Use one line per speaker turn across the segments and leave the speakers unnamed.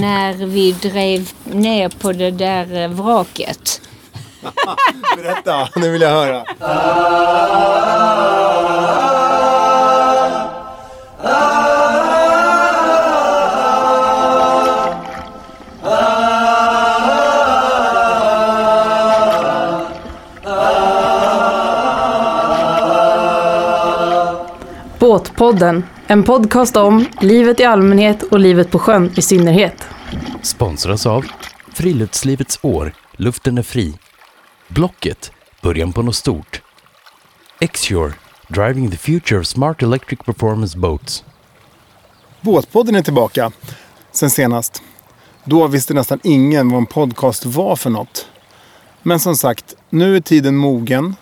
När vi drev ner på det där eh, vraket.
Berätta, nu vill jag höra.
Båtpodden, en podcast om livet i allmänhet och livet på sjön i synnerhet.
Sponsras av Friluftslivets år, luften är fri. Blocket, början på något stort. Exure, driving the future of smart electric performance boats.
Båtpodden är tillbaka sen senast. Då visste nästan ingen vad en podcast var för något. Men som sagt, nu är tiden mogen.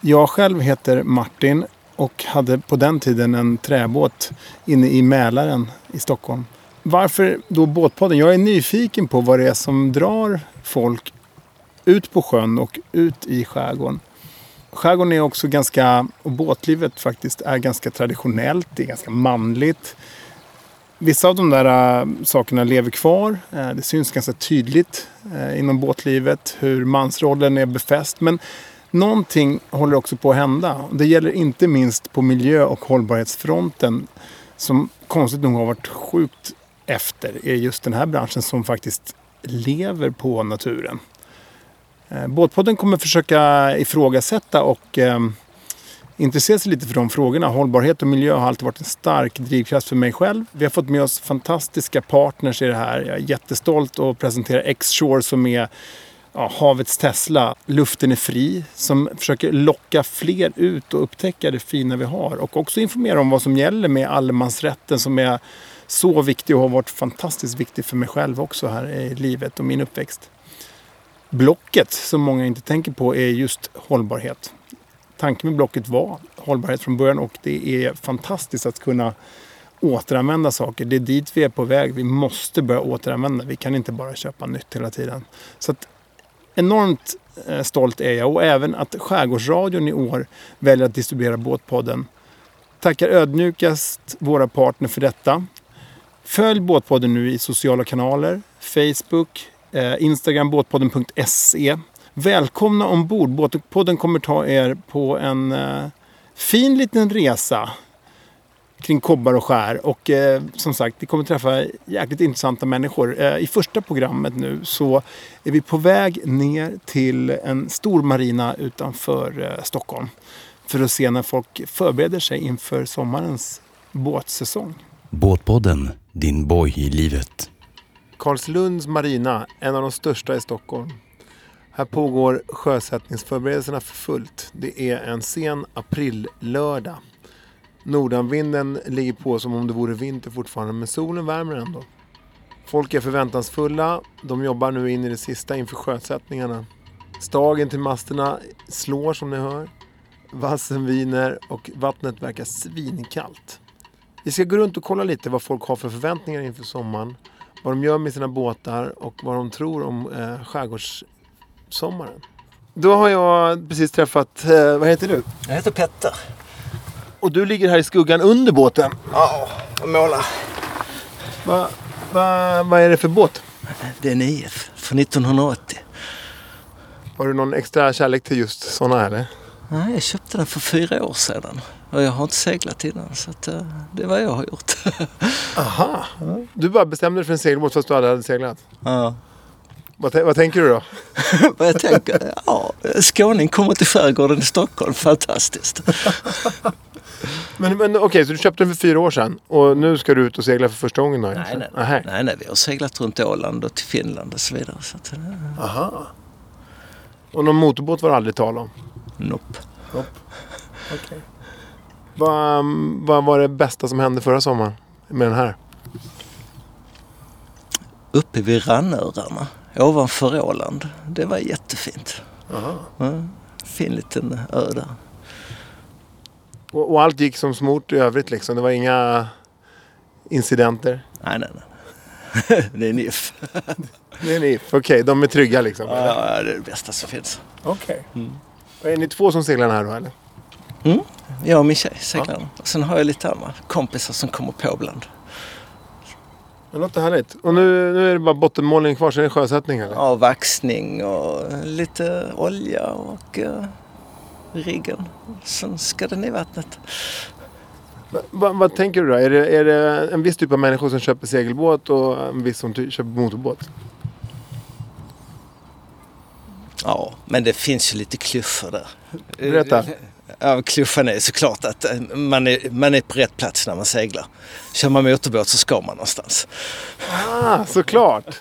Jag själv heter Martin och hade på den tiden en träbåt inne i Mälaren i Stockholm. Varför då Båtpodden? Jag är nyfiken på vad det är som drar folk ut på sjön och ut i skärgården. Skärgården är också ganska, och båtlivet faktiskt, är ganska traditionellt. Det är ganska manligt. Vissa av de där äh, sakerna lever kvar. Eh, det syns ganska tydligt eh, inom båtlivet hur mansrollen är befäst. Men någonting håller också på att hända. Och Det gäller inte minst på miljö och hållbarhetsfronten som konstigt nog har varit sjukt efter är just den här branschen som faktiskt lever på naturen. Eh, Båtpodden kommer försöka ifrågasätta och ehm, intressera sig lite för de frågorna. Hållbarhet och miljö har alltid varit en stark drivkraft för mig själv. Vi har fått med oss fantastiska partners i det här. Jag är jättestolt att presentera X-Shore som är ja, havets Tesla. Luften är fri, som försöker locka fler ut och upptäcka det fina vi har. Och också informera om vad som gäller med allemansrätten som är så viktig och har varit fantastiskt viktig för mig själv också här i livet och min uppväxt. Blocket, som många inte tänker på, är just hållbarhet tanken med Blocket var hållbarhet från början och det är fantastiskt att kunna återanvända saker. Det är dit vi är på väg. Vi måste börja återanvända. Vi kan inte bara köpa nytt hela tiden. Så att enormt eh, stolt är jag och även att Skärgårdsradion i år väljer att distribuera Båtpodden. Tackar ödmjukast våra partner för detta. Följ Båtpodden nu i sociala kanaler, Facebook, eh, Instagram, båtpodden.se. Välkomna ombord. Båtpodden kommer ta er på en eh, fin liten resa kring kobbar och skär. Och eh, som sagt, vi kommer träffa jäkligt intressanta människor. Eh, I första programmet nu så är vi på väg ner till en stor marina utanför eh, Stockholm för att se när folk förbereder sig inför sommarens båtsäsong.
Båtpodden, din boj i livet.
Karlslunds marina, en av de största i Stockholm. Här pågår sjösättningsförberedelserna för fullt. Det är en sen aprillördag. Nordanvinden ligger på som om det vore vinter fortfarande, men solen värmer ändå. Folk är förväntansfulla. De jobbar nu in i det sista inför sjösättningarna. Stagen till masterna slår som ni hör. Vassen viner och vattnet verkar svinkallt. Vi ska gå runt och kolla lite vad folk har för förväntningar inför sommaren vad de gör med sina båtar och vad de tror om eh, skärgårdssommaren. Då har jag precis träffat, eh, vad heter du?
Jag heter Petter.
Och du ligger här i skuggan under båten.
Ja, och målar.
Va, va, vad är det för båt?
Det är en IF från 1980.
Har du någon extra kärlek till just sådana eller?
Nej, jag köpte den för fyra år sedan. Och jag har inte seglat innan, så att, eh, det är vad jag har gjort.
Aha! Du bara bestämde dig för en segelbåt fast du aldrig hade seglat.
ja.
Vad, tän- vad tänker du då?
Vad jag tänker, ja, skåning kommer till skärgården i Stockholm. Fantastiskt.
Men, men okej, så du köpte den för fyra år sedan och nu ska du ut och segla för första gången då? Ah,
Nej, nej,
Aha.
nej. nej, nej, vi har seglat runt Åland och till Finland och så vidare. Så att, eh,
Aha. Och någon motorbåt var det aldrig tal om?
nope.
Vad, vad var det bästa som hände förra sommaren med den här?
Uppe vid Rannörarna, ovanför Åland. Det var jättefint. Ja, fin liten ö där.
Och, och allt gick som smort i övrigt liksom. Det var inga incidenter.
Nej, nej, nej. det är en if.
Nej, nej. Okej, de är trygga liksom.
Ja, ja, det är det bästa som finns.
Okej. Är ni två som seglar den här då eller?
Jag och min tjej seglar den. Sen har jag lite andra kompisar som kommer på ibland.
Det låter härligt. Och nu, nu är det bara bottenmålning kvar, så är det sjösättning här.
Ja, vaxning och Eh, lite olja och eh, riggen. Sen ska den i vattnet.
Va- Vad tänker du då? Är det, är det en viss typ av människor som köper segelbåt och en viss som ty- köper motorbåt?
Ja, men det finns ju lite klyschor där.
Berätta.
Ja, klyschan är såklart att eh, man är, man är på rätt plats när man seglar. Kör man motorbåt så ska man någonstans.
Ah, såklart!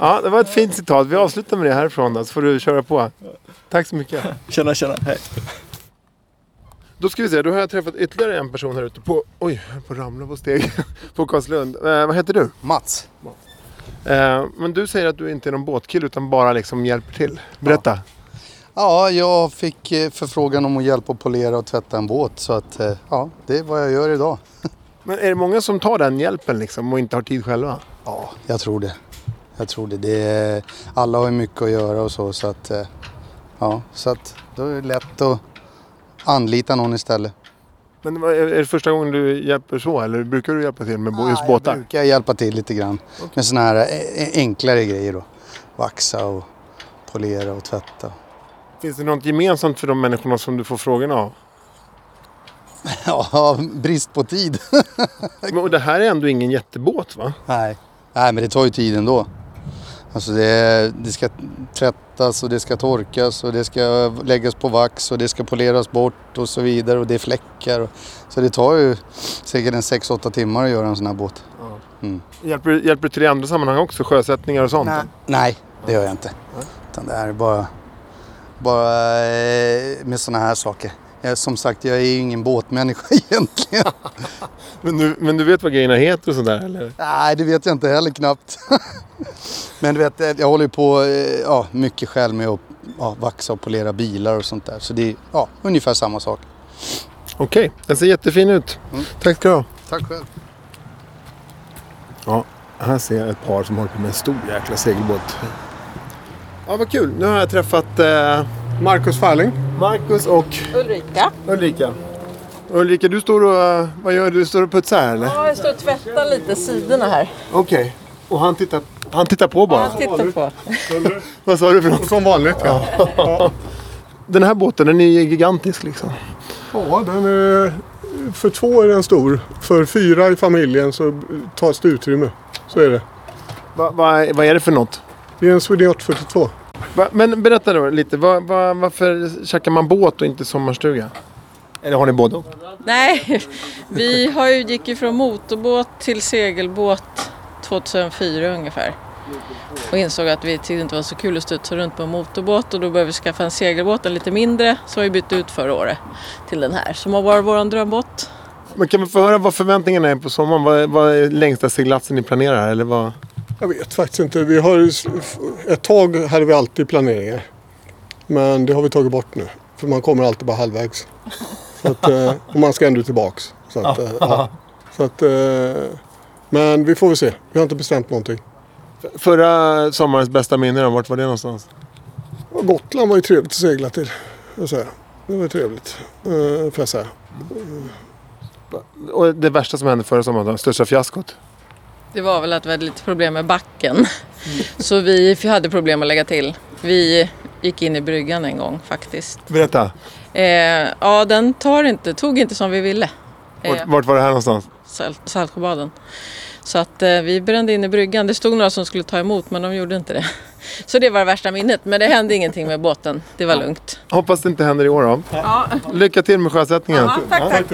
Ja, det var ett fint citat. Vi avslutar med det härifrån då, så får du köra på. Tack så mycket.
Tjena, tjena. Hej.
Då ska vi se, då har jag träffat ytterligare en person här ute på... Oj, jag höll på att ramla på steg. På Karlslund. Eh, vad heter du?
Mats.
Eh, men du säger att du inte är någon båtkille utan bara liksom hjälper till. Berätta.
Ja, jag fick eh, förfrågan om att hjälpa att polera och tvätta en båt. Så att, eh, ja, det är vad jag gör idag.
Men är det många som tar den hjälpen liksom och inte har tid själva?
Ja, jag tror det. Jag tror det. det är, alla har ju mycket att göra och så. Så att, eh, ja, så att då är det lätt att anlita någon istället.
Men vad- är är det första gången du hjälper så eller brukar du hjälpa till med bo- just båtar?
Jag brukar hjälpa till lite grann med sådana här eh, enklare grejer då. Vaxa och polera och tvätta.
Finns det något gemensamt för de människorna som du får frågorna av?
Ja, brist på tid.
Men, och det här är ändå ingen jättebåt va?
Nej. Nej, men det tar ju tid ändå. Alltså det, det ska tvättas och det ska torkas och det ska läggas på vax och det ska poleras bort och så vidare och det är fläckar. Och, så det tar ju säkert en 6-8 timmar att göra en sån här båt. Mm.
Hjälper, du- hjälper du till i andra sammanhang också? Sjösättningar och sånt?
Nej, det gör jag inte. Utan det här är bara, bara eh, med såna här saker. Jag, som sagt, jag är ju ingen båtmänniska egentligen.
Men, du, men du vet vad grejerna heter och sådär eller?
Nej, det vet jag inte heller knappt. Men du vet, jag håller ju på eh, ja, mycket själv med att ja, vaxa och polera bilar och sånt där. Så det är ja, ungefär samma sak.
Okej, den ser jättefin ut.
Mm.
Tack ska du ha.
Tack själv.
Ja, här ser jag ett par som håller på med en stor jäkla segelbåt. Ja, vad kul. Nu har jag träffat eh, Marcus Farling. Marcus och
Ulrika.
Ulrika. Ulrika, du står och... eh, Vad gör du? Du står och putsar här eller?
Ja, jag står och tvättar lite sidorna här.
Okej. Och han tittar, han tittar på bara?
Jag tittar på.
Vad sa du för något? Som vanligt. Ja. Den här båten den är gigantisk liksom.
Ja, den är, för två är den stor. För fyra i familjen så tas det utrymme. Så är det.
Vad vad är det för något?
Det är en Swedyacht 42.
Va, men berätta då lite. Va, va, varför käkar man båt och inte sommarstuga? Eller har ni båda?
Nej, vi har ju, gick ju från motorbåt till segelbåt 2004 ungefär. Och insåg att vi tyckte det inte var så kul att studsa runt på en motorbåt och då började vi skaffa en segelbåt, en lite mindre, som vi bytte ut förra året till den här som har varit vår drömbåt.
Men kan vi få höra vad förväntningarna är på sommaren? Vad, vad är längsta seglatsen ni planerar? Eller vad?
Jag vet faktiskt inte. Vi har, ju s- f- ett tag hade vi alltid planeringar. Men det har vi tagit bort nu. För man kommer alltid bara halvvägs. Så att, eh, och man ska ändå tillbaks. Så att, eh, ja. så att, eh, men vi får väl se. Vi har inte bestämt någonting.
Förra sommarens bästa minnen, då, vart var det någonstans?
Och Gotland var ju trevligt att segla till. Jag säger. Det var trevligt. eh, Får jag säga.
Och det värsta som hände förra sommaren, då? Största fiaskot?
Det var väl att vi hade lite problem med
Mm.
backen. Så vi hade problem att lägga till. Vi gick in i bryggan en gång faktiskt.
Berätta.
Eh, ja, den tar inte, tog inte som vi ville, Eh.
Vart, vart var det här någonstans?
Sal- Saltsjöbaden. Så att eh, vi brände in i bryggan. Det stod några som skulle ta emot men de gjorde inte det. Så det var det värsta minnet. Men det hände ingenting med båten. Det var lugnt.
Hoppas det inte händer i år då. Lycka till med sjösättningen.
tack, tack.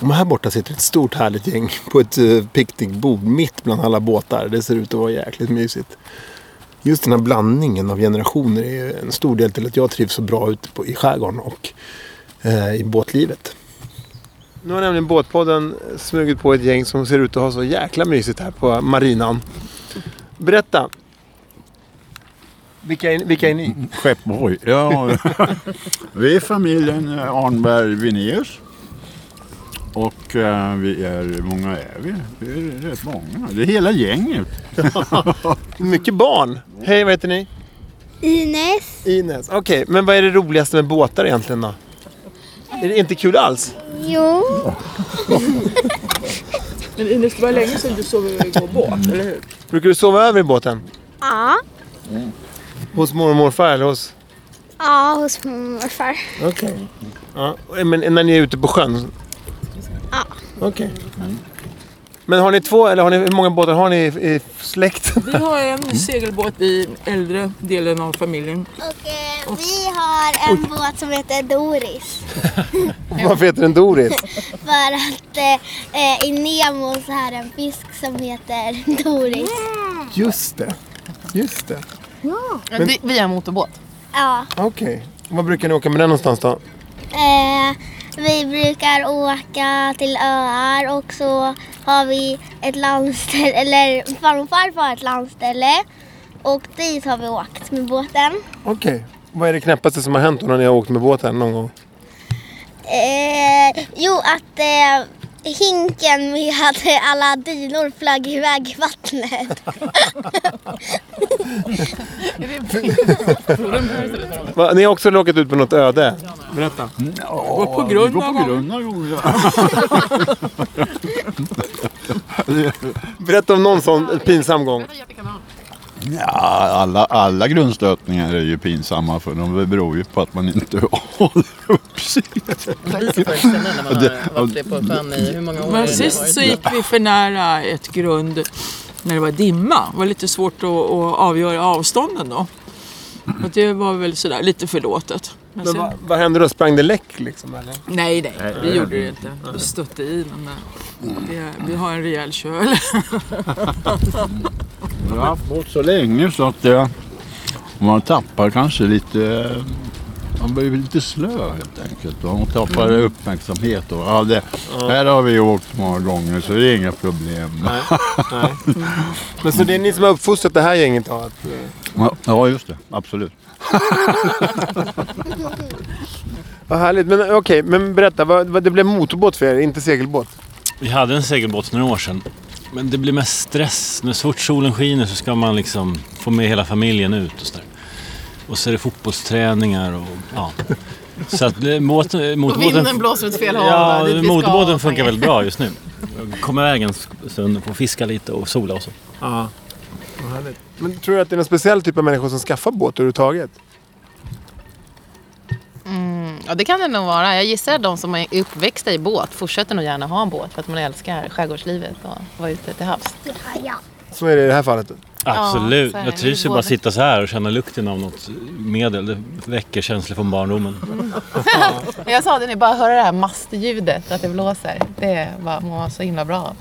Men här borta sitter ett stort härligt gäng på ett eh, picknickbord mitt bland alla båtar. Det ser ut att vara jäkligt mysigt. Just den här blandningen av generationer är ju en stor del till att jag trivs så bra ute på, i skärgården och eh, i båtlivet. Nu har nämligen Båtpodden smugit på ett gäng som ser ut att ha så jäkla mysigt här på marinan. Berätta! Vilka är, vilka är ni?
Skeppborg. Ja. vi är familjen eh, Arnberg Vinnéus. Och eh, vi är, hur många är vi? Vi är rätt många. Det är hela gänget.
Mycket barn! Hej, vad heter ni?
Ines,
Ines. Okej, men vad är det roligaste med båtar egentligen då?
Är det inte kul alls?
Jo.
Men Ines, det var länge sedan du sov i båt, eller hur?
Brukar du sova över i båten?
Ja.
Hos mormor och morfar eller hos...
Ja, hos mormor och morfar.
Okej. Ja, men när ni är ute på sjön?
Ja.
Okej. Men har ni två, eller har ni, hur många båtar har ni i, i släkten?
Vi har
Mm.
en segelbåt i äldre delen av familjen.
Och eh, vi har en båt som heter Doris.
Varför heter den Doris?
För att eh, eh, i Nemo så är det en fisk som heter Doris.
Just det. Just det.
Ja.
Men- vi-
har motorbåt. Ja.
Okej. Var brukar ni åka med den någonstans då?
Eh, vi brukar åka till öar och så har vi ett landställe, eller farmor och farfar har ett landställe. Och dit har vi åkt med båten.
Okej. Vad är det knäppaste som har hänt då när ni har åkt med båten någon gång?
Eh, jo, att eh, hinken med att alla dynor flög iväg i vattnet.
Va, ni har också råkat ut på något öde? Berätta.
Gå på grund
gå på
någon
grund
gång.
Berätta om någon sån pinsam gång.
Ja, alla, alla grundstötningar är ju pinsamma för de beror ju på att man inte håller uppsikt.
man
Det-
Men sist så gick vi för nära ett grund när det var dimma. Det var lite svårt att, att avgöra avstånden då. Och det var väl sådär lite förlåtet. Men
Men
sen-
vad, vad hände då? Sprang det läck liksom? Eller?
Nej, nej,
Nej,
vi
nej. Mm.
gjorde det inte. Vi stötte i, men eh, det, vi har en rejäl köl.
Jag har haft båt så länge så att eh, man tappar kanske lite... eh, Man blir lite slö helt enkelt. va. Man tappar
Mm.
uppmärksamhet. Och, ja, det,
Ja.
Här har vi åkt många gånger så det är inga problem.
Men så det är ni som har uppfostrat det här gänget då? Att, eh,
Ja, Ja, just det. Absolut.
Vad härligt. Men okej, men berätta. Vad, vad, det blev motorbåt för er, inte segelbåt?
Vi hade en segelbåt för några år sedan. Men det blir mest stress. När så fort solen skiner så ska man liksom få med hela familjen ut och sådär. Och så är det fotbollsträningar och ja. Så att eh, båt, eh, motorbåten...
blåser åt fel
Ja, motorbåten funkar väldigt bra just nu. Kom iväg en stund och få fiska lite och sola och så.
Ja. Vad härligt. Men tror du att det är någon speciell typ av människor som skaffar båt överhuvudtaget?
Mm, ja, det kan det nog vara. Jag gissar att de som är uppväxta i båt fortsätter nog gärna ha en båt för att man älskar skärgårdslivet och vara ute till havs.
Så är det i det här fallet.
Absolut.
så är det.
Jag trivs ju bara att sitta så här och känna lukten av något medel. Det väcker känslor från barndomen.
Men jag sa det nu, bara höra det här mastljudet, att det blåser. Det var, mår man så himla bra av.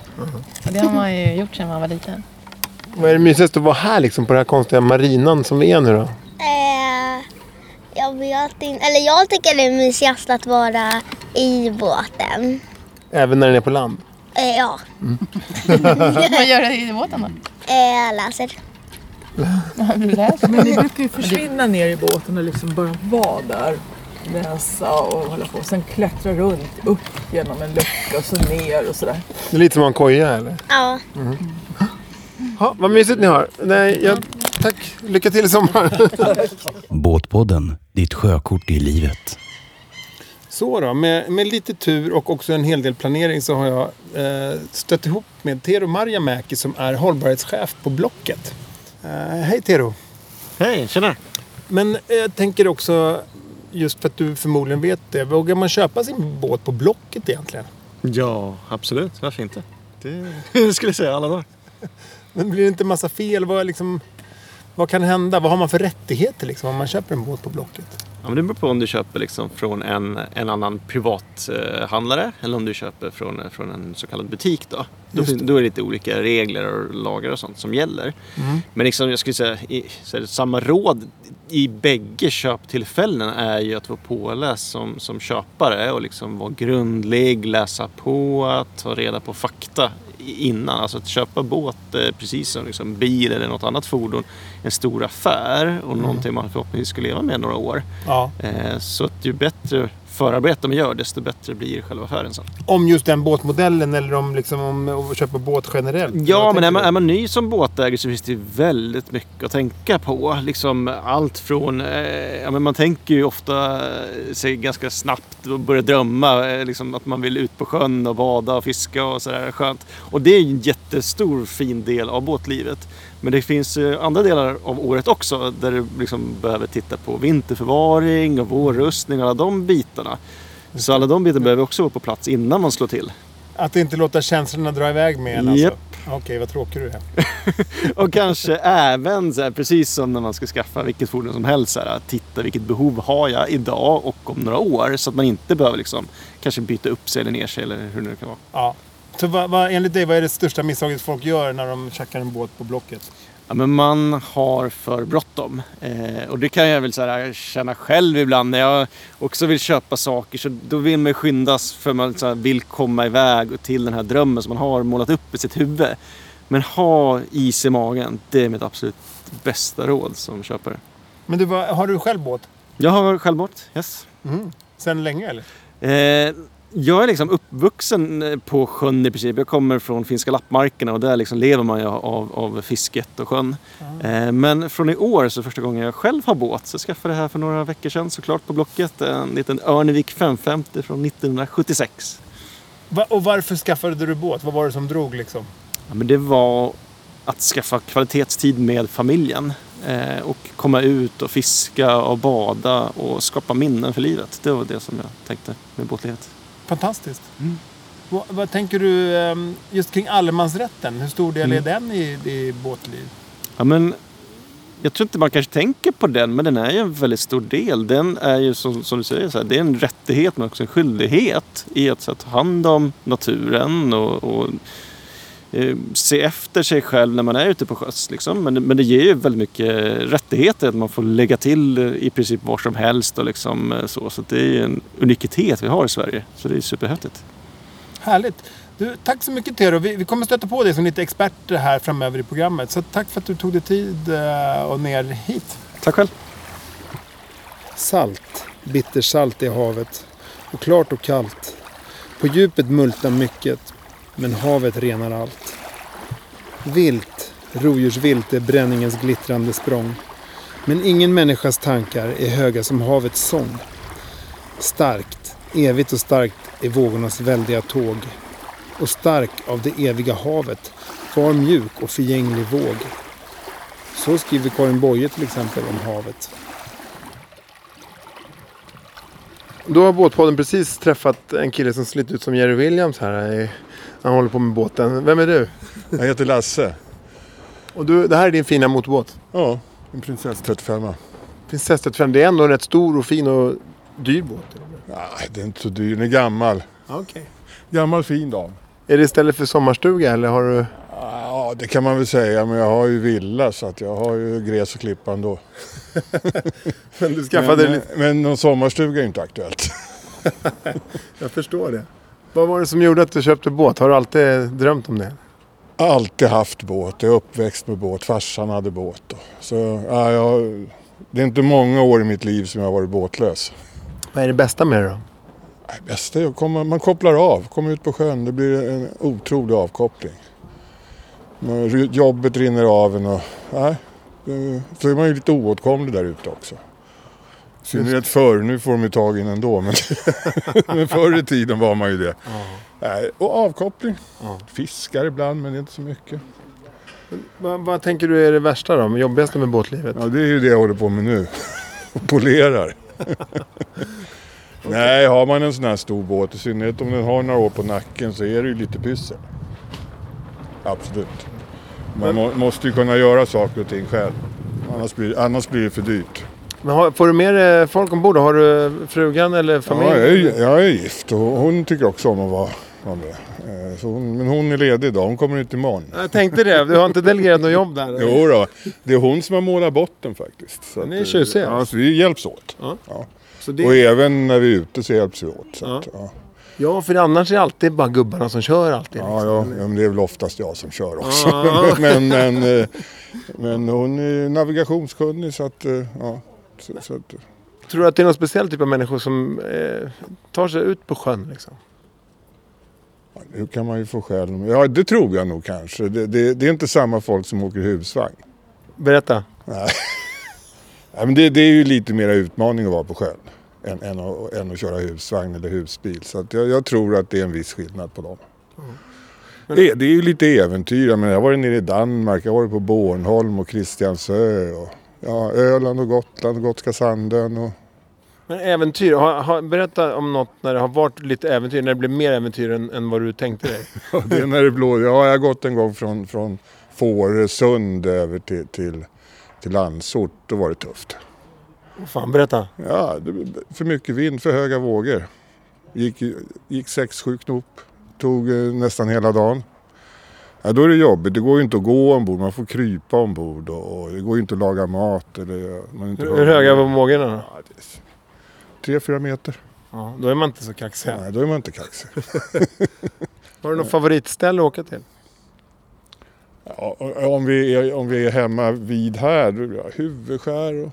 Och det har man ju gjort sedan man var liten.
Vad är det mysigaste att vara här liksom, på den här konstiga marinan som vi är nu då?
Eh, jag vet inte, eller jag tycker det är mysigast att vara i båten.
Även när den är på land? Mm.
Eh, ja,
Vad gör du i båten då?
eh, läser.
Men ni brukar ju försvinna ner i båten och liksom bara vara där. Läsa och hålla på. Sen klättra runt, upp genom en lucka och så ner och sådär.
Det är lite som en koja eller?
Ja.
Mm. Ha, vad mysigt ni har. Nej, jag, tack. Lycka till i sommar.
Båtpodden, ditt sjökort i livet.
Så då, med, med lite tur och också en hel del planering så har jag eh, stött ihop med Tero Marjamäki som är hållbarhetschef på Blocket. Eh, hej Tero!
Hej, tjena!
Men eh, jag tänker också, just för att du förmodligen vet det, vågar man köpa sin båt på Blocket egentligen?
Ja, absolut. Varför inte? Det skulle jag säga alla dagar.
Men blir det inte massa fel? Vad, är liksom, vad kan hända? Vad har man för rättigheter liksom, om man köper en båt på Blocket?
Ja, men det beror på om du köper liksom från en, en annan privathandlare eller om du köper från, eh, från en så kallad butik. Då. Då,
Just
finns-
det.
då är det lite olika regler och lagar och sånt som gäller.
Mm.
Men liksom, jag skulle säga, i, så är det samma råd i bägge köptillfällen är ju att vara påläst som, som köpare och liksom vara grundlig, läsa på, ta reda på fakta i- innan. Alltså att köpa båt, eh, precis som liksom bil eller något annat fordon, en stor affär och
Mm.
någonting man förhoppningsvis skulle leva med några år.
Ja.
Eh, Så att ju bättre förarbete de gör, desto bättre blir själva affären sen.
Om just den båtmodellen eller om, liksom, om att köpa båt generellt?
Ja,
Vad
men
tänker
är man,
du?
är man ny som båtägare så finns det ju väldigt mycket att tänka på. Liksom allt från... Eh, ja, men man tänker ju ofta eh, sig ganska snabbt och börjar drömma eh, liksom att man vill ut på sjön och bada och fiska och sådär skönt. Och det är ju en jättestor fin del av båtlivet. Men det finns eh, andra delar av året också där du liksom behöver titta på vinterförvaring och vårrustning och alla de bitarna. Så alla de bitarna behöver också vara på plats innan man slår till.
Att inte låta känslorna dra iväg med en
Japp.
alltså? Okej, vad tråkig du är.
Och kanske även, så här, precis som när man ska skaffa vilket fordon som helst, så här, att titta vilket behov har jag idag och om några år. Så att man inte behöver liksom, kanske byta upp sig eller ner sig eller hur det nu kan vara.
Ja. Så vad, vad, enligt dig, vad är det största misstaget folk gör när de tjackar en båt på Blocket?
Ja, men man har för bråttom. Eh, och det kan jag väl så här, känna själv ibland när jag också vill köpa saker. Så då vill man ju skyndas för man så här, vill komma iväg och till den här drömmen som man har målat upp i sitt huvud. Men ha is i magen, det är mitt absolut bästa råd som köpare.
Men du, vad, har du själv båt?
Jag har självmått, yes.
Mm. Sen länge eller?
Eh, jag är liksom uppvuxen eh, på sjön i princip. Jag kommer från finska lappmarkerna och där liksom lever man ju av, av fisket och sjön. Eh, men från i år så första gången jag själv har båt så jag skaffade jag det här för några veckor sedan såklart på Blocket. En liten Örnevik 550 från 1976.
Va, och varför skaffade du båt? Vad var det som drog liksom?
Ja, men det var att skaffa kvalitetstid med familjen eh, och komma ut och fiska och bada och skapa minnen för livet. Det var det som jag tänkte med båtlivet.
Fantastiskt.
Mm.
Vad, vad tänker du ehm, just kring allemansrätten? Hur stor del
Mm.
är den i, i båtliv?
Ja, men jag tror inte man kanske tänker på den, men den är ju en väldigt stor del. Den är ju som, som du säger, så här, det är en rättighet men också en skyldighet i att så här, ta hand om naturen och, och eh, se efter sig själv när man är ute på sjöss. Liksom. Men, det- men det ger ju väldigt mycket rättigheter att man får lägga till eh, i princip var som helst och liksom eh, så. Så att det är ju en unikitet vi har i Sverige. Så det är superhäftigt.
Härligt. Du, tack så mycket Tero. Vi, vi kommer stöta på dig som lite expert här framöver i programmet. Så tack för att du tog dig tid eh, och ner hit.
Tack själv.
Salt, bittersalt i havet och klart och kallt. På djupet multnar mycket, men havet renar allt. Vilt, rovdjursvilt är bränningens glittrande språng. Men ingen människas tankar är höga som havets sång. Starkt, evigt och starkt är vågornas väldiga tåg. Och stark av det eviga havet var mjuk och förgänglig våg. Så skriver Karin Boye till exempel om havet.
Då har båtpodden precis träffat en kille som slitt ut som Jerry Williams här. Han håller på med båten. Vem är du?
Jag heter Lasse.
Och du, det här är din fina motorbåt?
Ja, en prinsess 35.
Prinsess 35, det är ändå en rätt stor och fin och dyr båt.
Nej, det är inte så dyr. Den är gammal.
Okej.
Gammal fin dam.
Är det istället för sommarstuga eller har du...
Ja, det kan man väl säga. Men jag har ju villa så att jag har ju gräs och klippa ändå.
Men du skaffade
men, eh,
lite-
men någon sommarstuga är ju inte aktuellt.
Jag förstår det. Vad var det som gjorde att du köpte båt? Har du alltid drömt om det?
Alltid haft båt. Jag är uppväxt med båt. Farsan hade båt. Då. Så ja, jag, det är inte många år i mitt liv som jag har varit båtlös.
Vad är det bästa med det då?
Det bästa är att komma, man kopplar av, kommer ut på sjön. Det blir en otrolig avkoppling. Man, ru- jobbet rinner av en och... Nej,
Eh,
det- så är man ju lite oåtkomlig där ute också. I synnerhet förr, nu får de ju tag i en ändå. Men, men förr i tiden var man ju det. Nej, och avkoppling. Fiskar ibland men inte så mycket.
Vad, vad tänker du är det värsta då? Det jobbigaste med båtlivet?
Ja, det är ju det jag håller på med nu. Och polerar. Nej, har man en sån här stor båt, i synnerhet om den har några år på nacken, så är det ju lite pyssel. Absolut. Man må, måste ju kunna göra saker och ting själv. Annars blir, annars blir det för dyrt.
Men har, får du med dig folk ombord? då? Har du eh, frugan eller
Ja,
familj?
jag, är, jag är gift och hon tycker också om att vara, vara med. Eh, Så hon, men hon är ledig idag, hon kommer ut imorgon.
Jag tänkte det. Du har inte delegerat något jobb där? eller?
Jo då, det är hon som har målat botten faktiskt. Så
Ni
att,
är
eh,
tjusiga.
Ja, så vi hjälps åt. Ja.
Så det-
Och även när vi är ute så hjälps vi åt. Så
Ja.
att, ja.
Ja, för annars är det alltid bara gubbarna som kör alltid.
Ja, ja,
liksom.
ja, men det är väl oftast jag som kör också.
Ja.
men, men, eh, men hon är ju navigationskunnig så att, eh, ja. Så, så att,
Tror du att det är någon speciell typ av människor som eh, tar sig ut på sjön? Liksom?
Nu kan man ju få skäl. Ja, det tror jag nog kanske. Det, det, det är inte samma folk som åker husvagn.
Berätta.
Nej. Nej, men det, det är ju lite mer utmaning att vara på sjön än, än, att, än att köra husvagn eller husbil. Så att jag, jag tror att det är en viss skillnad på dem. Det, det är ju lite äventyr. Jag, menar, jag har varit nere i Danmark, jag har varit på Bornholm och Kristiansö. Och, ja, Öland och Gotland och Gotska sanden. Och,
Men äventyr, ha, ha, berätta om något när det har varit lite äventyr, när det blev mer äventyr än, än vad du tänkte dig.
Ja, det är när det blåser. Ja, jag har gått en gång från, från Fårösund över till, till, till Landsort. Då var det tufft.
Fan, berätta.
Ja, det, för mycket vind, för höga vågor. Gick, gick 6-7 knop. Tog eh, nästan hela dagen. Ja, då är det jobbigt. Det går ju inte att gå ombord. Man får krypa ombord. Och, och det går ju inte att laga mat. Eller, eh, man är inte
Hur, hur höga var vågorna då?
Tre, fyra meter.
Ja, då är man inte så kaxig.
Nej, då är man inte kaxig.
Har du något favoritställe att åka till?
Ja, och- och om, vi är, om vi är hemma vid här, då blir det huvudskär och...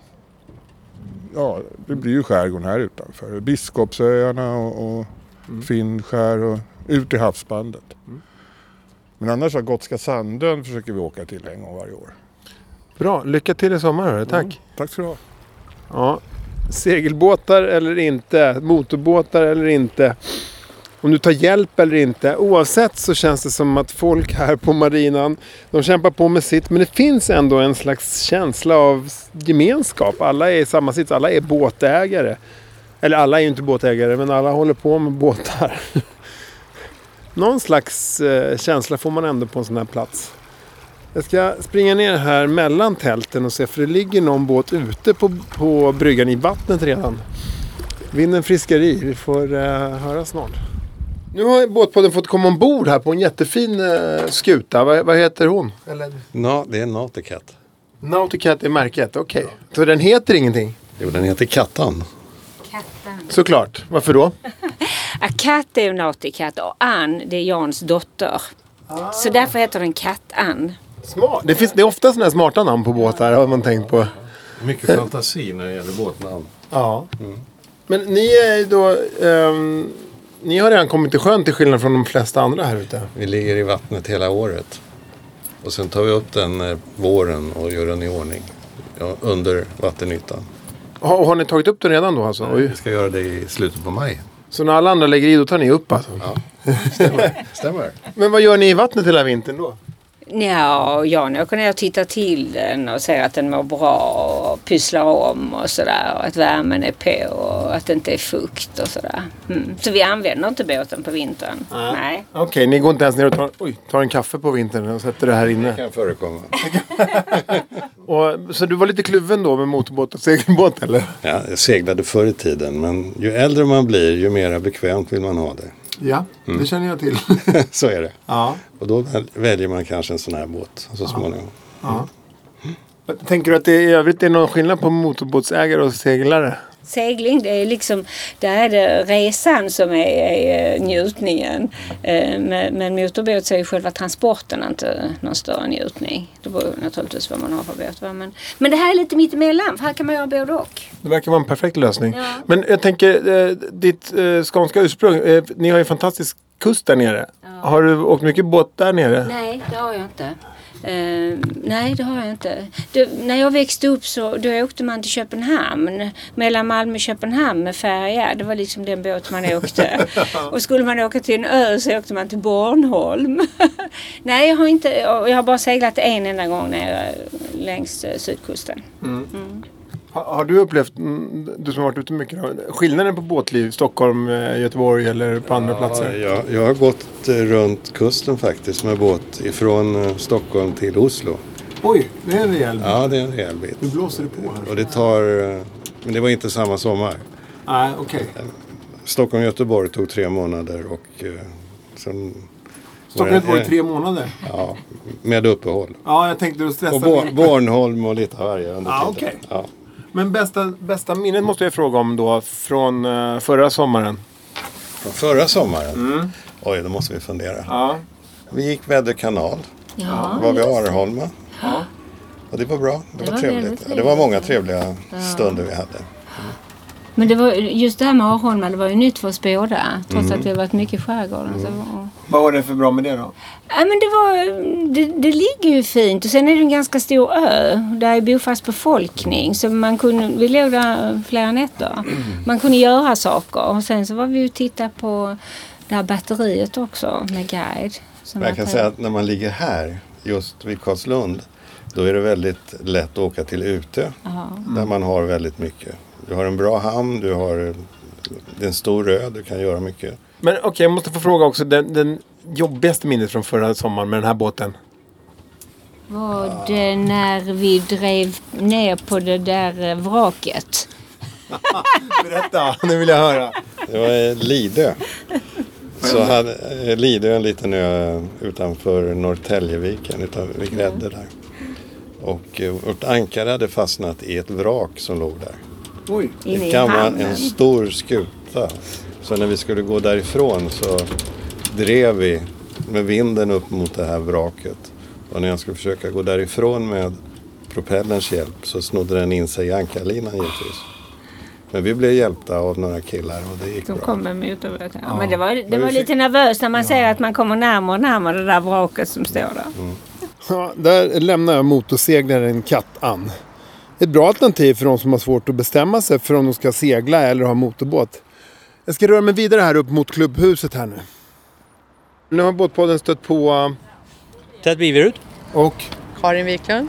Ja, det blir ju skärgården här utanför. Biskopsöarna och, och
Mm.
Finnskär och ut i havsbandet. Men annars har Gotska Sandön försöker vi åka till en gång varje år.
Bra, lycka till i sommar. hörru. Tack.
Mm, tack ska du ha.
Ja. Segelbåtar eller inte, motorbåtar eller inte. Om du tar hjälp eller inte. Oavsett så känns det som att folk här på marinan, de kämpar på med sitt. Men det finns ändå en slags känsla av gemenskap. Alla är i samma sits, alla är båtägare. Eller alla är ju inte båtägare, men alla håller på med båtar. Någon slags eh, känsla får man ändå på en sån här plats. Jag ska springa ner här mellan tälten och se, för det ligger någon båt ute på, på bryggan i vattnet redan. Vinden friskar i, vi får eh, höra snart. Nu har båtpodden fått komma ombord här på en jättefin eh, skuta. Vad, vad heter hon? Eller...
No, det är Nauticat.
Nauticat är märket, okej. Så den heter ingenting?
Jo, den heter Kattan.
Såklart, varför då?
A katt är ju Nautikat och Ann det är Jans dotter. Så därför heter den Katt-Ann.
Smart. Det, finns, det är ofta sådana här smarta namn på båtar har man tänkt på.
Mycket fantasi när det gäller båtnamn.
Ja.
Mm.
Eh, Men ni är ju då... ehm, ni har redan kommit till sjön till skillnad från de flesta andra här ute.
Vi ligger i vattnet hela året. Och sen tar vi upp den eh, våren och gör den i ordning. Ja, under vattenytan.
Har, har ni tagit upp den redan då alltså? Oj.
Vi ska göra det i slutet på maj.
Så när alla andra lägger i då tar ni upp alltså?
Stämmer.
Men vad gör ni i vattnet hela vintern då?
Ja, Jan åker ner och tittar till den och ser att den mår bra och pysslar om och sådär. Och att värmen är på och att det inte är fukt och sådär. Mm. Så vi använder inte båten på vintern. Nej.
Okej, ni går inte ens ner och tar, oj, tar en kaffe på vintern och sätter det här inne? Det
kan förekomma.
och, så du var lite kluven då med motorbåt och segelbåt eller?
Ja, jag seglade förr i tiden men ju äldre man blir ju mer bekvämt vill man ha det.
Ja,
Mm. det
känner jag till.
Så är det.
Ja.
Och då väl- väljer man kanske en sån här båt så småningom.
Ja. Tänker du att det i övrigt är någon skillnad på motorbåtsägare och seglare?
Segling, det är liksom, där är det resan som är, är eh, njutningen. Eh, Men, men motorbåt så är ju själva transporten inte någon större njutning. Det beror ju naturligtvis vad man har för båt. Va? Men, men det här är lite mitt emellan, för här kan man göra både och.
Det verkar vara en perfekt lösning.
Ja.
Men jag tänker, eh, ditt eh, skånska ursprung, eh, ni har ju fantastisk kust där nere. Har du åkt mycket båt där nere?
Nej, det har jag inte. Eh, nej, det har jag inte. Det, när jag växte upp så då åkte man till Köpenhamn. Mellan Malmö och Köpenhamn med färja. Det var liksom den båt man åkte. och skulle man åka till en ö så åkte man till Bornholm. nej, jag har, inte, jag har bara seglat en enda gång nere längs eh, sydkusten.
Mm. Har, har du upplevt, mm, du som har varit ute mycket, då, skillnaden på båtliv i Stockholm, eh, Göteborg eller på andra platser?
Ja, jag, jag har gått eh, runt kusten faktiskt med båt ifrån eh, Stockholm till Oslo.
Oj, det är en rejäl bit.
Ja, det är en rejäl bit.
Nu blåser det på här.
Och det tar... eh, Men det var inte samma sommar.
Nej, okej.
Stockholm-Göteborg tog tre månader och eh, sen...
Stockholm-Göteborg i tre månader?
Ja, med uppehåll.
Ja, jag tänkte du stressar
Och Bo-
mig.
Bornholm och lite av varje under
Ja,
tiden.
okej.
Ja.
Men bästa, bästa minnet måste jag fråga om då från eh, förra sommaren. Mm.
Från förra sommaren? Oj, då måste vi fundera. Vi gick Väddö kanal.
Ja,
Då var vi i
just det.
Arholma.
Ja.
Och det var bra. Det,
Det
var,
var
trevligt.
väldigt
Ja, det var många
trevligt.
trevliga
Ja.
stunder vi hade.
Men det var, just det här med Arholma, det var ju nytt för oss båda. Trots
Mm.
att det har varit mycket i skärgården.
Mm.
Så, och,
Vad var det för bra med det då?
Ja, men det, var, det, det ligger ju fint och sen är det en ganska stor ö. Där är bofast befolkning så man kunde, vi låg där flera nätter. Man kunde göra saker och sen så var vi ju och tittade på det här batteriet också med guide. Som
Men jag kan
var-
säga att när man ligger här, just vid Karlslund, då är det väldigt lätt att åka till Utö.
Ja.
Där man har väldigt mycket. Du har en bra hamn, du har det är en stor ö, du kan göra mycket.
Men okej, jag måste få fråga också. Den, den jobbigaste minnet från förra sommaren med den här båten?
Var det eh, när vi drev ner på det där eh, vraket?
Berätta, nu vill jag höra.
Det var eh, Lidö. Så hade, eh, Lidö är en liten ö utanför Norrtäljeviken, utan vid Grädde där. Och eh, vårt ankare hade fastnat i ett vrak som låg där.
Oj.
En gammal, en stor skuta. Så när vi skulle gå därifrån så drev vi med vinden upp mot det här vraket. Och när jag skulle försöka gå därifrån med propellerns hjälp så snodde den in sig i ankarlinan givetvis. Men vi blev hjälpta av några killar och det gick
Då
bra.
kommer motorbåten. Ja,
Ja.
men det
Men
var, det
vi
var
fick-
lite nervöst när man ser att man kommer närmare och närmare det där vraket som står där.
Ja, där lämnar jag motorseglaren Kattan. Ett bra alternativ för de som har svårt att bestämma sig för om de ska segla eller ha motorbåt. Jag ska röra mig vidare här upp mot klubbhuset här nu. Nu har båtpodden stött på... eh,
Ted Biverud.
Och?
Karin Wiklund.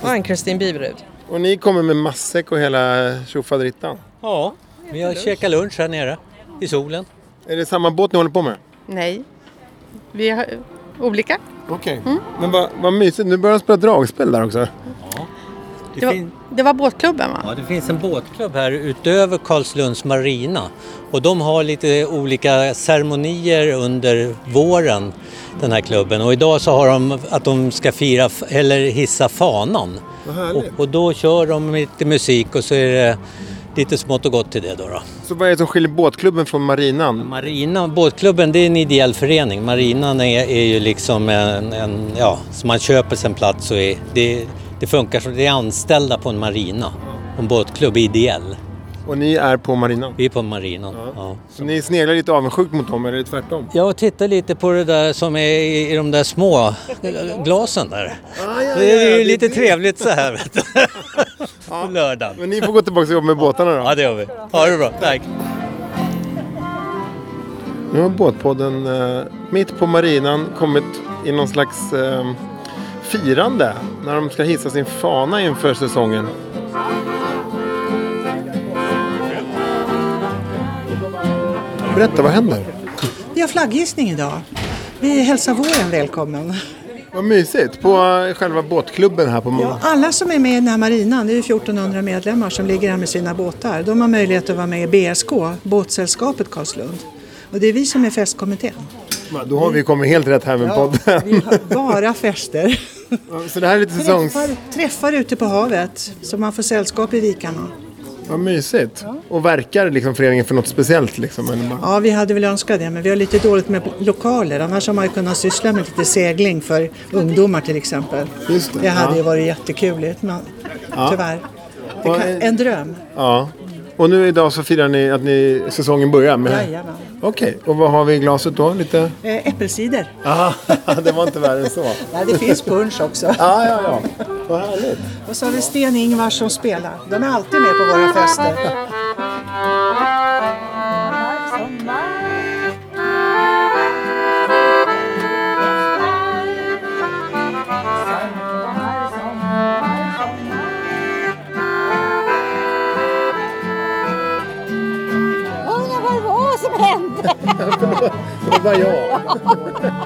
Och Ann-Kristin Biverud.
Och ni kommer med matsäck och hela tjofaderittan.
Ja, vi har käkat lunch här nere i solen.
Är det samma båt ni håller på med?
Nej, vi har olika.
Okej.
Mm.
Men vad, vad mysigt, nu börjar de spela dragspel där också.
Det var, det var båtklubben va? Ja, det finns en
båtklubb här utöver Karlslunds marina och de har lite olika ceremonier under våren den här klubben och idag så har de att de ska fira f- eller hissa fanan
Vad
och,
härligt.
och då kör de lite musik och så är det lite smått och gott till det då. då.
Så vad är det som skiljer båtklubben från marinan?
Marina, båtklubben det är en ideell förening. Marinan är, är ju liksom en, en ja, så man köper sig en plats och är, det, det funkar som, det är anställda på en marina. En båtklubb är ideell.
Och ni är på marinan?
Vi är på marinan, ja.
Så ni sneglar lite avundsjukt mot dem, eller tvärtom?
Jag tittar lite på det där som är i, i de där små eh, glasen där.
Ah, ja,
det
ja,
är
det
ju
är
lite
det.
trevligt så här vet du. På lördagen.
Men ni får gå tillbaka och jobba med båtarna då.
Ja det gör vi. Ha det bra, tack.
Nu har båtpodden eh, mitt på marinan kommit i någon slags eh, firande när de ska hissa sin fana inför säsongen. Berätta, vad händer?
Vi har flagghissning idag. Vi hälsar våren välkommen.
Vad mysigt, på eh, själva båtklubben här på Mora.
Alla som är med i den här marinan, det är ju 1400 medlemmar som ligger här med sina båtar, de har möjlighet att vara med i BSK, Båtsällskapet Karlslund. Och det är vi som är festkommittén.
Ja. Då har vi kommit helt rätt här med
Ja,
podden.
vi har bara fester.
Så det här är lite säsongs...
Träffar, träffar ute på havet, så man får sällskap i vikarna.
Vad mysigt. Och verkar liksom föreningen för något speciellt liksom? Eller bara...
Ja, vi hade väl önskat det, men vi har lite dåligt med lokaler. Annars har man ju kunnat syssla med lite segling för ungdomar till exempel.
Just det,
hade
ja.
ju varit jättekul, men
Ja.
tyvärr. Det
Och,
kan,
eh,
en dröm.
Ja. Och nu idag så firar ni att ni, säsongen börjar med...
Jajamän.
Okej, och vad har vi i glaset då? Lite...
Eh, Äppelcider.
Ja, det var inte värre än så.
Nej, det finns punsch också.
Ja, ja, ja. Vad härligt.
Och så har vi Sten-Ingvars som spelar. De är alltid med på våra fester.
Undrar vad det var som hände.
Det var jag.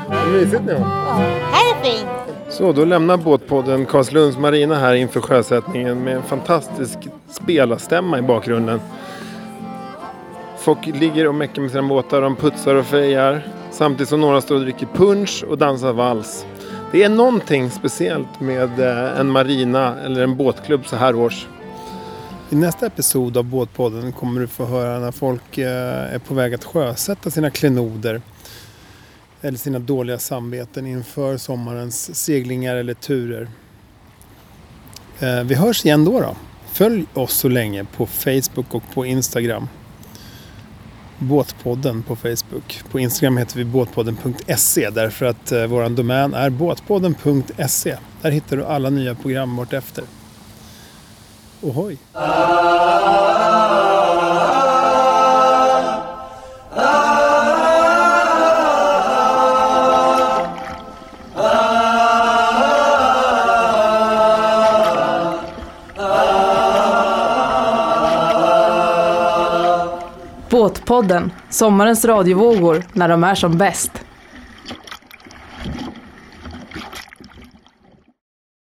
Vad mysigt ni har.
Här är fint.
Så, då lämnar båtpodden Karlslunds marina här inför sjösättningen med en fantastisk spelarstämma i bakgrunden. Folk ligger och meckar med sina båtar, de putsar och fejar samtidigt som några står och dricker punch och dansar vals. Det är någonting speciellt med eh, en marina eller en båtklubb så här års. I nästa episod av Båtpodden kommer du få höra när folk eh, är på väg att sjösätta sina klenoder eller sina dåliga samveten inför sommarens seglingar eller turer. Eh, Vi hörs igen då. då. Följ oss så länge på Facebook och på Instagram. Båtpodden på Facebook. På Instagram heter vi båtpodden.se därför att eh, vår domän är båtpodden.se. Där hittar du alla nya program vartefter. Ohoj!
Båtpodden, sommarens radiovågor när de är som bäst.